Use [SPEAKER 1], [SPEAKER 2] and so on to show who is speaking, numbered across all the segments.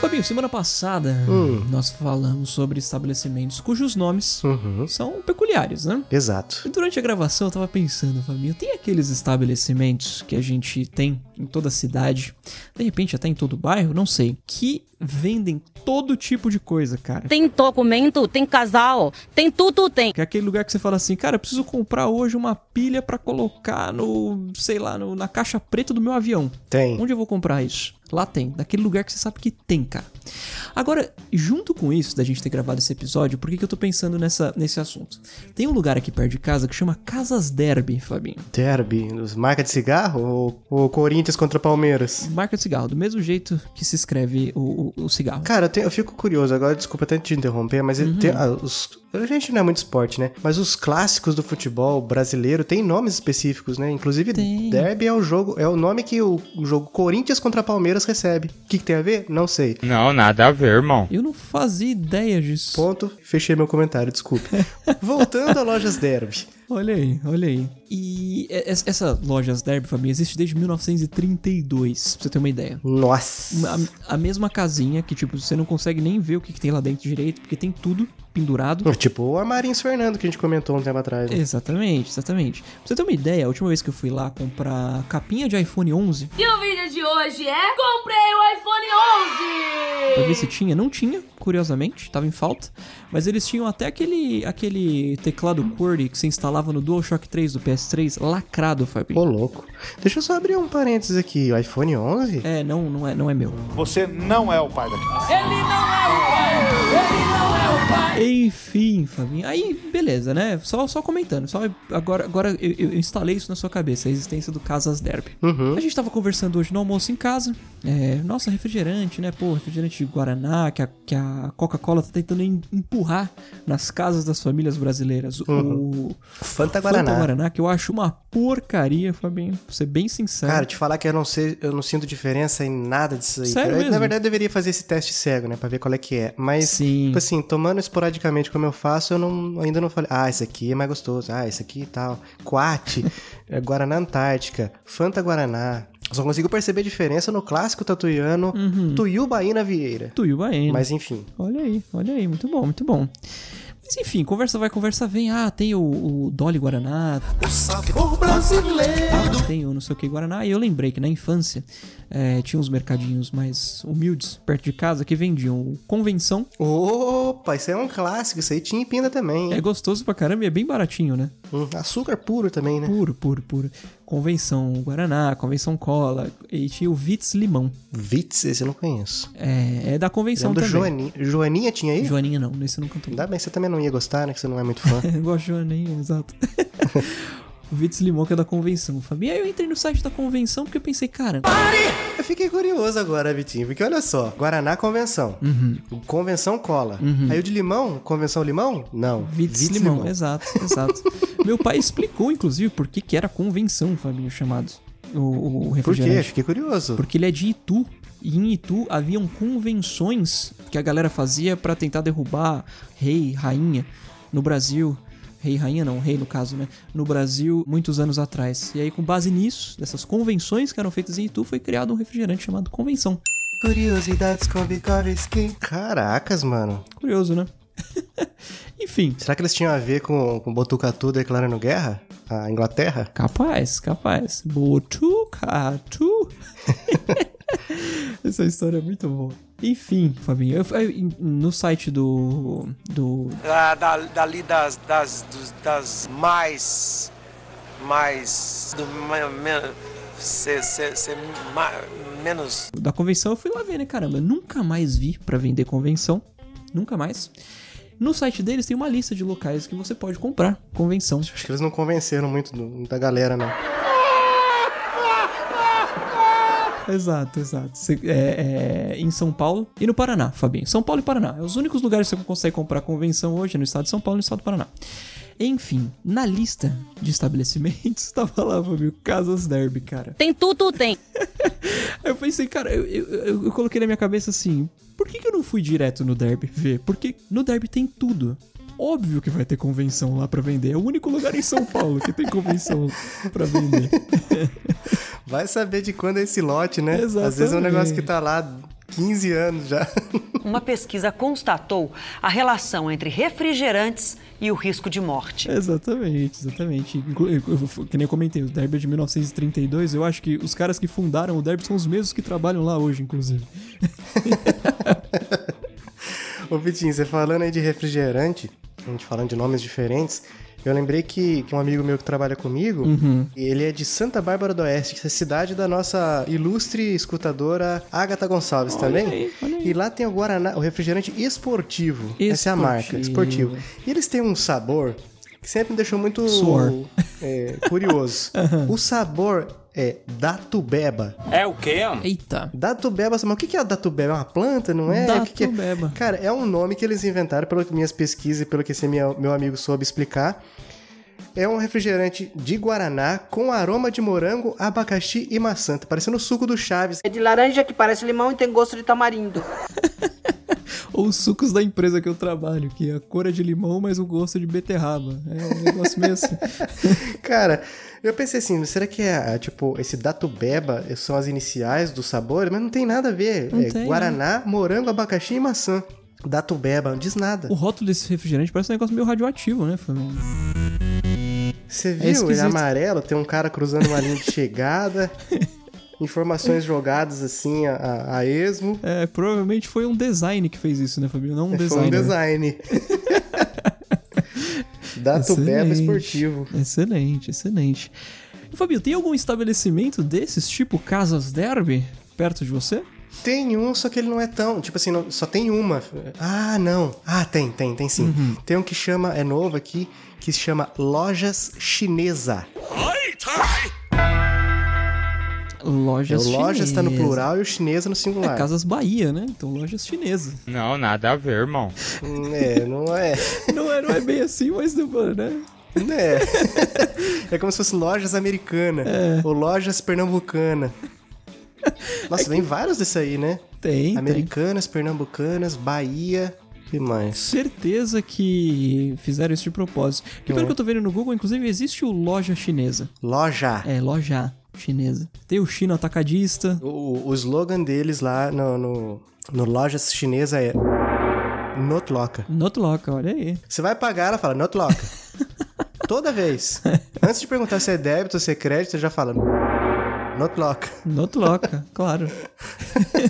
[SPEAKER 1] Fabinho, semana passada
[SPEAKER 2] Hum.
[SPEAKER 1] nós falamos sobre estabelecimentos cujos nomes
[SPEAKER 2] Uhum.
[SPEAKER 1] são peculiares, né?
[SPEAKER 2] Exato.
[SPEAKER 1] E durante a gravação eu tava pensando, Fabinho, tem aqueles estabelecimentos que a gente tem em toda a cidade, de repente até em todo o bairro, não sei, que vendem todo tipo de coisa, cara.
[SPEAKER 3] Tem documento, tem casal, tem tudo, tem.
[SPEAKER 1] Que é aquele lugar que você fala assim, cara, eu preciso comprar hoje uma pilha pra colocar no, sei lá, no- na caixa preta do meu avião.
[SPEAKER 2] Tem.
[SPEAKER 1] Onde eu vou comprar isso? Lá tem, naquele lugar que você sabe que tem, cara. Agora, junto com isso, da gente ter gravado esse episódio, por que, que eu tô pensando nessa, nesse assunto? Tem um lugar aqui perto de casa que chama Casas Derby, Fabinho.
[SPEAKER 2] Derby, dos- marca de cigarro ou, ou Corinthians contra Palmeiras?
[SPEAKER 1] Marca de cigarro, do mesmo jeito que se escreve o, o- o cigarro.
[SPEAKER 2] Cara, eu, tenho- eu fico curioso agora, desculpa até te interromper, mas ele tem, ah, os- a gente não é muito esporte, né? Mas os clássicos do futebol brasileiro têm nomes específicos, né? Inclusive,
[SPEAKER 1] Tem.
[SPEAKER 2] Derby é o jogo, é o nome que o, o jogo Corinthians contra Palmeiras recebe. O que, que tem a ver? Não sei.
[SPEAKER 4] Não, nada a ver, irmão.
[SPEAKER 1] Eu não fazia ideia disso.
[SPEAKER 2] Ponto, fechei meu comentário, desculpe. Voltando a lojas Derby.
[SPEAKER 1] Olha aí, olha aí. E es- essa loja Derby, Fabinho, existe desde 1932, pra você ter uma ideia.
[SPEAKER 2] Nossa.
[SPEAKER 1] Uma- a mesma casinha que, tipo, você não consegue nem ver o que, que tem lá dentro direito, porque tem tudo pendurado.
[SPEAKER 2] Tipo o Amarins Fernando que a gente comentou um tempo atrás. né?
[SPEAKER 1] Exatamente, exatamente. Pra você ter uma ideia, a última vez que eu fui lá comprar capinha de iPhone 11
[SPEAKER 5] E o vídeo de hoje é Comprei o iPhone 11!
[SPEAKER 1] pra ver se tinha, não tinha, curiosamente, tava em falta. Mas eles tinham até aquele, aquele teclado QWERTY que você instalava no DualShock 3 do PS3, lacrado, Fabinho.
[SPEAKER 2] Ô, louco. Deixa eu só abrir um parênteses aqui. O iPhone 11?
[SPEAKER 1] É, não, não é, não é meu.
[SPEAKER 6] Você não é o pai da criança.
[SPEAKER 1] Enfim, Fabinho. Aí, beleza, né? Só, só comentando. Só agora agora eu, eu instalei isso na sua cabeça, a existência do Casas Derby.
[SPEAKER 2] Uhum.
[SPEAKER 1] A gente tava conversando hoje no almoço em casa. É, nossa, refrigerante, né? Pô, refrigerante de Guaraná, que a, que a Coca-Cola tá tentando em- empurrar nas casas das famílias brasileiras. O
[SPEAKER 2] Fanta
[SPEAKER 1] É,
[SPEAKER 2] Uhum. Guaraná.
[SPEAKER 1] Guaraná. Guaraná, que eu acho uma porcaria, Fabinho. Pra ser bem sincero.
[SPEAKER 2] Cara, te falar que eu não sei, eu não sinto diferença em nada disso aí.
[SPEAKER 1] Sério
[SPEAKER 2] cara. Eu,
[SPEAKER 1] mesmo?
[SPEAKER 2] Na verdade, eu deveria fazer esse teste cego, né? Pra ver qual é que é. Mas,
[SPEAKER 1] Sim.
[SPEAKER 2] tipo assim, tomando esporadicamente como eu faço, eu não, ainda não falei, ah, esse aqui é mais gostoso, ah, esse aqui e tal. Quate, eh, Guaraná Antártica, Fanta Guaraná. Só consigo perceber diferença no clássico tatuiano Tuiubaína Vieira.
[SPEAKER 1] Uhum. Tuiubaína.
[SPEAKER 2] Mas enfim.
[SPEAKER 1] Olha aí, olha aí, muito bom, muito bom. Mas enfim, conversa vai, conversa vem. Ah, tem o, o Dolly Guaraná. O sabor brasileiro. Tem o não sei o que Guaraná. E eu lembrei que na infância eh, tinha uns mercadinhos mais humildes perto de casa que vendiam convenção.
[SPEAKER 2] Opa, isso aí é um clássico, isso aí tinha em Pinda também.
[SPEAKER 1] É
[SPEAKER 2] hein?
[SPEAKER 1] gostoso pra caramba e é bem baratinho, né?
[SPEAKER 2] Hum, açúcar puro também, né?
[SPEAKER 1] Puro, puro, puro. Convenção Guaraná, convenção Cola. E tinha o Vitz Limão.
[SPEAKER 2] Vitz, esse eu não conheço.
[SPEAKER 1] É, é da
[SPEAKER 2] São
[SPEAKER 1] convenção
[SPEAKER 2] do
[SPEAKER 1] também.
[SPEAKER 2] Joaninha. Joaninha tinha aí?
[SPEAKER 1] Joaninha não, nesse eu não cantou.
[SPEAKER 2] Ainda bem, você também não ia gostar, né? Que você não é muito fã.
[SPEAKER 1] Eu gosto de Joaninha, exato. o Vitz Limão que é da convenção, Fabi. Aí eu entrei no site da convenção porque eu pensei, cara,
[SPEAKER 2] eu fiquei curioso agora, Vitinho, porque olha só. Guaraná Convenção.
[SPEAKER 1] Uhum.
[SPEAKER 2] Convenção Cola. Aí o de limão, Convenção Limão? Não.
[SPEAKER 1] Vitz, Uhum. Limão. Exato, exato. Meu pai explicou, inclusive, por que, que era convenção, Fabinho, chamado. O, o
[SPEAKER 2] Por quê?
[SPEAKER 1] refrigerante.
[SPEAKER 2] Fiquei curioso.
[SPEAKER 1] Porque ele é de Itu. E em Itu haviam convenções que a galera fazia pra tentar derrubar rei, rainha no Brasil. Rei, rainha não, rei no caso, né? No Brasil, muitos anos atrás. E aí, com base nisso, dessas convenções que eram feitas em Itu, foi criado um refrigerante chamado Convenção.
[SPEAKER 2] Curiosidades com Bikovski. Caracas, mano.
[SPEAKER 1] Curioso, né? Enfim.
[SPEAKER 2] Será que eles tinham a ver com, com Botucatu declarando guerra? A Inglaterra?
[SPEAKER 1] Capaz, capaz. Botucatu. Essa história é muito boa. Enfim, Fabinho, eu, eu- no site do, do
[SPEAKER 7] Ah, da, dali das, das, dos- das mais. mais. do me- me- ser- ser- ser ma- menos
[SPEAKER 1] da convenção, eu fui lá ver, né, caramba? Eu nunca mais vi pra vender convenção. Nunca mais. No site deles tem uma lista de locais que você pode comprar convenção.
[SPEAKER 2] Acho que eles não convenceram muito do- da galera, não.
[SPEAKER 1] Exato, exato. Cê- é, é, em São Paulo e no Paraná, Fabinho. São Paulo e Paraná. É os únicos lugares que você consegue comprar convenção hoje é no estado de São Paulo e no estado do Paraná. Enfim, na lista de estabelecimentos, tava lá, Fabinho, Casas Derby, cara.
[SPEAKER 3] Tem tudo, tem.
[SPEAKER 1] Aí eu pensei, cara, eu, eu- eu- eu coloquei na minha cabeça assim, por que, que eu não fui direto no Derby ver? Porque no Derby tem tudo. Óbvio que vai ter convenção lá pra vender. É o único lugar em São Paulo que tem convenção pra vender.
[SPEAKER 2] Vai saber de quando é esse lote, né? Às vezes é um
[SPEAKER 1] Exatamente.
[SPEAKER 2] negócio que tá lá 15 anos já.
[SPEAKER 4] Uma pesquisa constatou a relação entre refrigerantes e o risco de morte.
[SPEAKER 1] Exatamente, exatamente. Inclu- eu- eu- Que nem eu comentei, o Derby é de 1932. Eu acho que os caras que fundaram o Derby são os mesmos que trabalham lá hoje, inclusive.
[SPEAKER 2] Ô, Vitinho, você falando aí de refrigerante, a gente falando de nomes diferentes, eu lembrei que, que um amigo meu que trabalha comigo,
[SPEAKER 1] Uhum.
[SPEAKER 2] ele é de Santa Bárbara do Oeste, que é a cidade da nossa ilustre escutadora Agatha Gonçalves também.
[SPEAKER 1] aí, olha aí.
[SPEAKER 2] E lá tem o Guaraná, o refrigerante esportivo. Essa é a marca,
[SPEAKER 1] Esportivo.
[SPEAKER 2] esportivo. E eles têm um sabor que sempre me deixou muito
[SPEAKER 1] Suor.
[SPEAKER 2] é, curioso. O sabor é datubeba.
[SPEAKER 1] Eita.
[SPEAKER 2] Datubeba, mas o que que é a Datubeba? É uma planta, não é? O que que é?
[SPEAKER 1] Datubeba.
[SPEAKER 2] Cara, é um nome que eles inventaram, pelas minhas pesquisas e pelo que esse minha- meu amigo soube explicar. É um refrigerante de Guaraná com aroma de morango, abacaxi e maçã. Tá parecendo o suco do Chaves.
[SPEAKER 8] É de laranja que parece limão e tem gosto de tamarindo.
[SPEAKER 1] Ou os sucos da empresa que eu trabalho, que a cor é de limão, mas o gosto é de beterraba. É um negócio meio assim.
[SPEAKER 2] Cara, eu pensei assim, será que é, ah, tipo, esse Datubeba são as iniciais do sabor? Mas não tem nada a ver.
[SPEAKER 1] Não
[SPEAKER 2] é
[SPEAKER 1] tem, né?
[SPEAKER 2] Guaraná, morango, abacaxi e maçã. Datubeba, não diz nada.
[SPEAKER 1] O rótulo desse refrigerante parece um negócio meio radioativo, né? Foi um-
[SPEAKER 2] Você
[SPEAKER 1] É
[SPEAKER 2] viu? ele
[SPEAKER 1] esquisito.
[SPEAKER 2] é amarelo, tem um cara cruzando uma linha de chegada. Informações jogadas assim a- a, a esmo.
[SPEAKER 1] É, provavelmente foi um design que fez isso, né, Fabinho? Não um
[SPEAKER 2] Foi um
[SPEAKER 1] designer.
[SPEAKER 2] design. Dato Beba
[SPEAKER 1] Excelente.
[SPEAKER 2] esportivo.
[SPEAKER 1] Excelente, excelente. E, Fabinho, tem algum estabelecimento desses, tipo Casas Derby, perto de você?
[SPEAKER 2] Tem um, só que ele não é tão. Tipo assim, não- só tem uma. Ah, não. Ah, tem, tem, tem sim.
[SPEAKER 1] Uhum.
[SPEAKER 2] Tem um que chama, é novo aqui, que se chama Lojas Chinesa. É, o
[SPEAKER 1] Lojas
[SPEAKER 2] lojas tá no
[SPEAKER 1] chinesas.
[SPEAKER 2] plural e o chinesa no
[SPEAKER 1] É
[SPEAKER 2] singular.
[SPEAKER 1] Casas Bahia, né? Então lojas chinesas.
[SPEAKER 9] Não, nada a ver, irmão.
[SPEAKER 2] É, não é.
[SPEAKER 1] Não é, não é bem assim, mas né?
[SPEAKER 2] É. é como se fosse lojas americana ou lojas pernambucana. Nossa, tem vários desse aí, né?
[SPEAKER 1] Tem, tem.
[SPEAKER 2] Americanas, pernambucanas, Bahia e mais.
[SPEAKER 1] Certeza que fizeram isso de propósito. Que pelo que eu tô vendo no Google, inclusive, existe o loja chinesa.
[SPEAKER 2] Loja.
[SPEAKER 1] É, loja chinesa. Tem o China Atacadista.
[SPEAKER 2] O, o slogan deles lá no, no, no lojas chinesa é Not Loca.
[SPEAKER 1] Notloca, olha aí.
[SPEAKER 2] Você vai pagar, ela fala Not Loca. Toda vez. Antes de perguntar se é débito ou se é crédito, você já fala Not Loca.
[SPEAKER 1] Notloca, claro.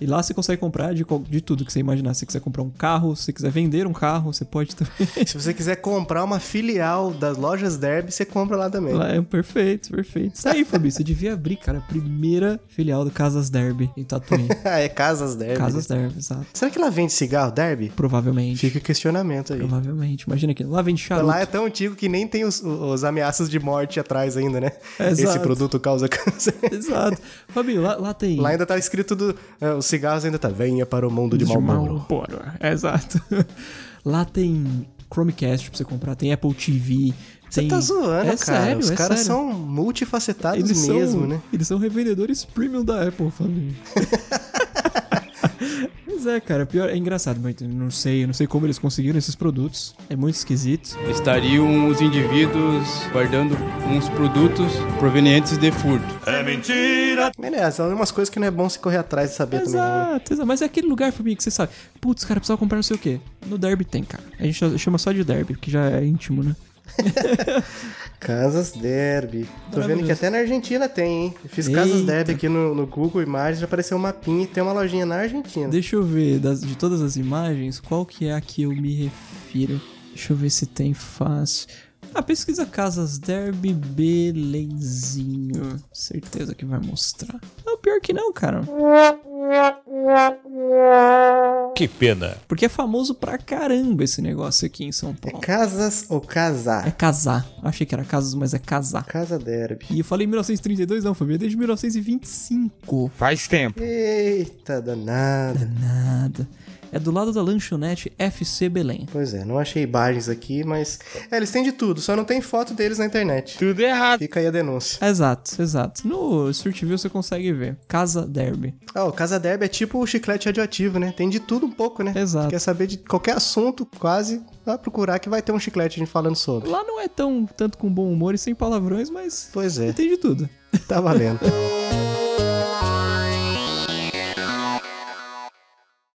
[SPEAKER 1] E lá você consegue comprar de, qual- de tudo que você imaginar. Se você quiser comprar um carro, se você quiser vender um carro, você pode também.
[SPEAKER 2] Se você quiser comprar uma filial das lojas Derby, você compra lá também.
[SPEAKER 1] Lá é perfeito, perfeito. Isso aí, Fabi, você devia abrir, cara, a primeira filial do Casas Derby em Tatuí.
[SPEAKER 2] Ah, é Casas Derby.
[SPEAKER 1] Casas Derby, exato.
[SPEAKER 2] Será que lá vende cigarro Derby?
[SPEAKER 1] Provavelmente.
[SPEAKER 2] Fica o questionamento aí.
[SPEAKER 1] Provavelmente. Imagina aqui. Lá vende charuto.
[SPEAKER 2] Lá é tão antigo que nem tem os, os ameaças de morte atrás ainda, né?
[SPEAKER 1] Exato.
[SPEAKER 2] Esse produto causa câncer.
[SPEAKER 1] Exato. Fabinho, lá, lá tem.
[SPEAKER 2] é- Lá ainda tá escrito do, é, os cigarros ainda tá. Venha para o mundo de
[SPEAKER 1] de
[SPEAKER 2] Marlboro.
[SPEAKER 1] Marlboro. É, Exato. lá tem Chromecast pra você comprar, tem Apple TV.
[SPEAKER 2] Você
[SPEAKER 1] tem-
[SPEAKER 2] tá zoando,
[SPEAKER 1] é
[SPEAKER 2] cara.
[SPEAKER 1] Sério,
[SPEAKER 2] os
[SPEAKER 1] é
[SPEAKER 2] caras
[SPEAKER 1] sério.
[SPEAKER 2] são multifacetados
[SPEAKER 1] Eles são,
[SPEAKER 2] mesmo, né?
[SPEAKER 1] eles são revendedores premium da Apple, Fabinho. Mas é, cara, pior, é engraçado, mas eu não sei, eu não sei como eles conseguiram esses produtos. É muito esquisito.
[SPEAKER 10] Estariam os indivíduos guardando uns produtos provenientes de furto.
[SPEAKER 2] Beleza, são umas coisas que não é bom se correr atrás e saber também. Né?
[SPEAKER 1] Exato, exato. Mas é aquele lugar, Fabinho, que você sabe. Putz, cara, precisava comprar não sei o quê. No Derby tem, cara. A gente chama só de Derby, porque já é íntimo, né?
[SPEAKER 2] Casas Derby. Tô vendo
[SPEAKER 1] Maravilhoso.
[SPEAKER 2] que até na Argentina tem, hein? Eu fiz Casas
[SPEAKER 1] Eita.
[SPEAKER 2] Derby aqui no, no Google Imagens, já apareceu um mapinha e tem uma lojinha na Argentina.
[SPEAKER 1] Deixa eu ver, das- de todas as imagens, qual que é a que eu me refiro? Deixa eu ver se tem fácil. Ah, pesquisa Casas Derby Belenzinho. Certeza que vai mostrar. Não, pior que não, cara.
[SPEAKER 9] Que pena.
[SPEAKER 1] Porque é famoso pra caramba esse negócio aqui em São Paulo.
[SPEAKER 2] Casas ou
[SPEAKER 1] É
[SPEAKER 2] casar?
[SPEAKER 1] casar. Achei que era casas, mas é casar.
[SPEAKER 2] Casa Derby.
[SPEAKER 1] E eu falei 1932, não, família, desde 1925.
[SPEAKER 9] Faz tempo.
[SPEAKER 2] Eita danada.
[SPEAKER 1] Nada. É do lado da lanchonete FC Belém.
[SPEAKER 2] Pois é, não achei imagens aqui, mas. É, eles têm de tudo, só não tem foto deles na internet.
[SPEAKER 9] Tudo errado.
[SPEAKER 2] Fica aí a denúncia.
[SPEAKER 1] Exato, exato. No Street View você consegue ver. Casa Derby.
[SPEAKER 2] Ah, o Casa Derby é tipo o chiclete radioativo, né? Tem de tudo um pouco, né?
[SPEAKER 1] Exato.
[SPEAKER 2] Quer saber de qualquer assunto, quase, vai procurar que vai ter um chiclete a gente falando sobre.
[SPEAKER 1] Lá não é tão tanto com bom humor e sem palavrões, mas
[SPEAKER 2] Pois é,
[SPEAKER 1] tem de tudo.
[SPEAKER 2] tá valendo.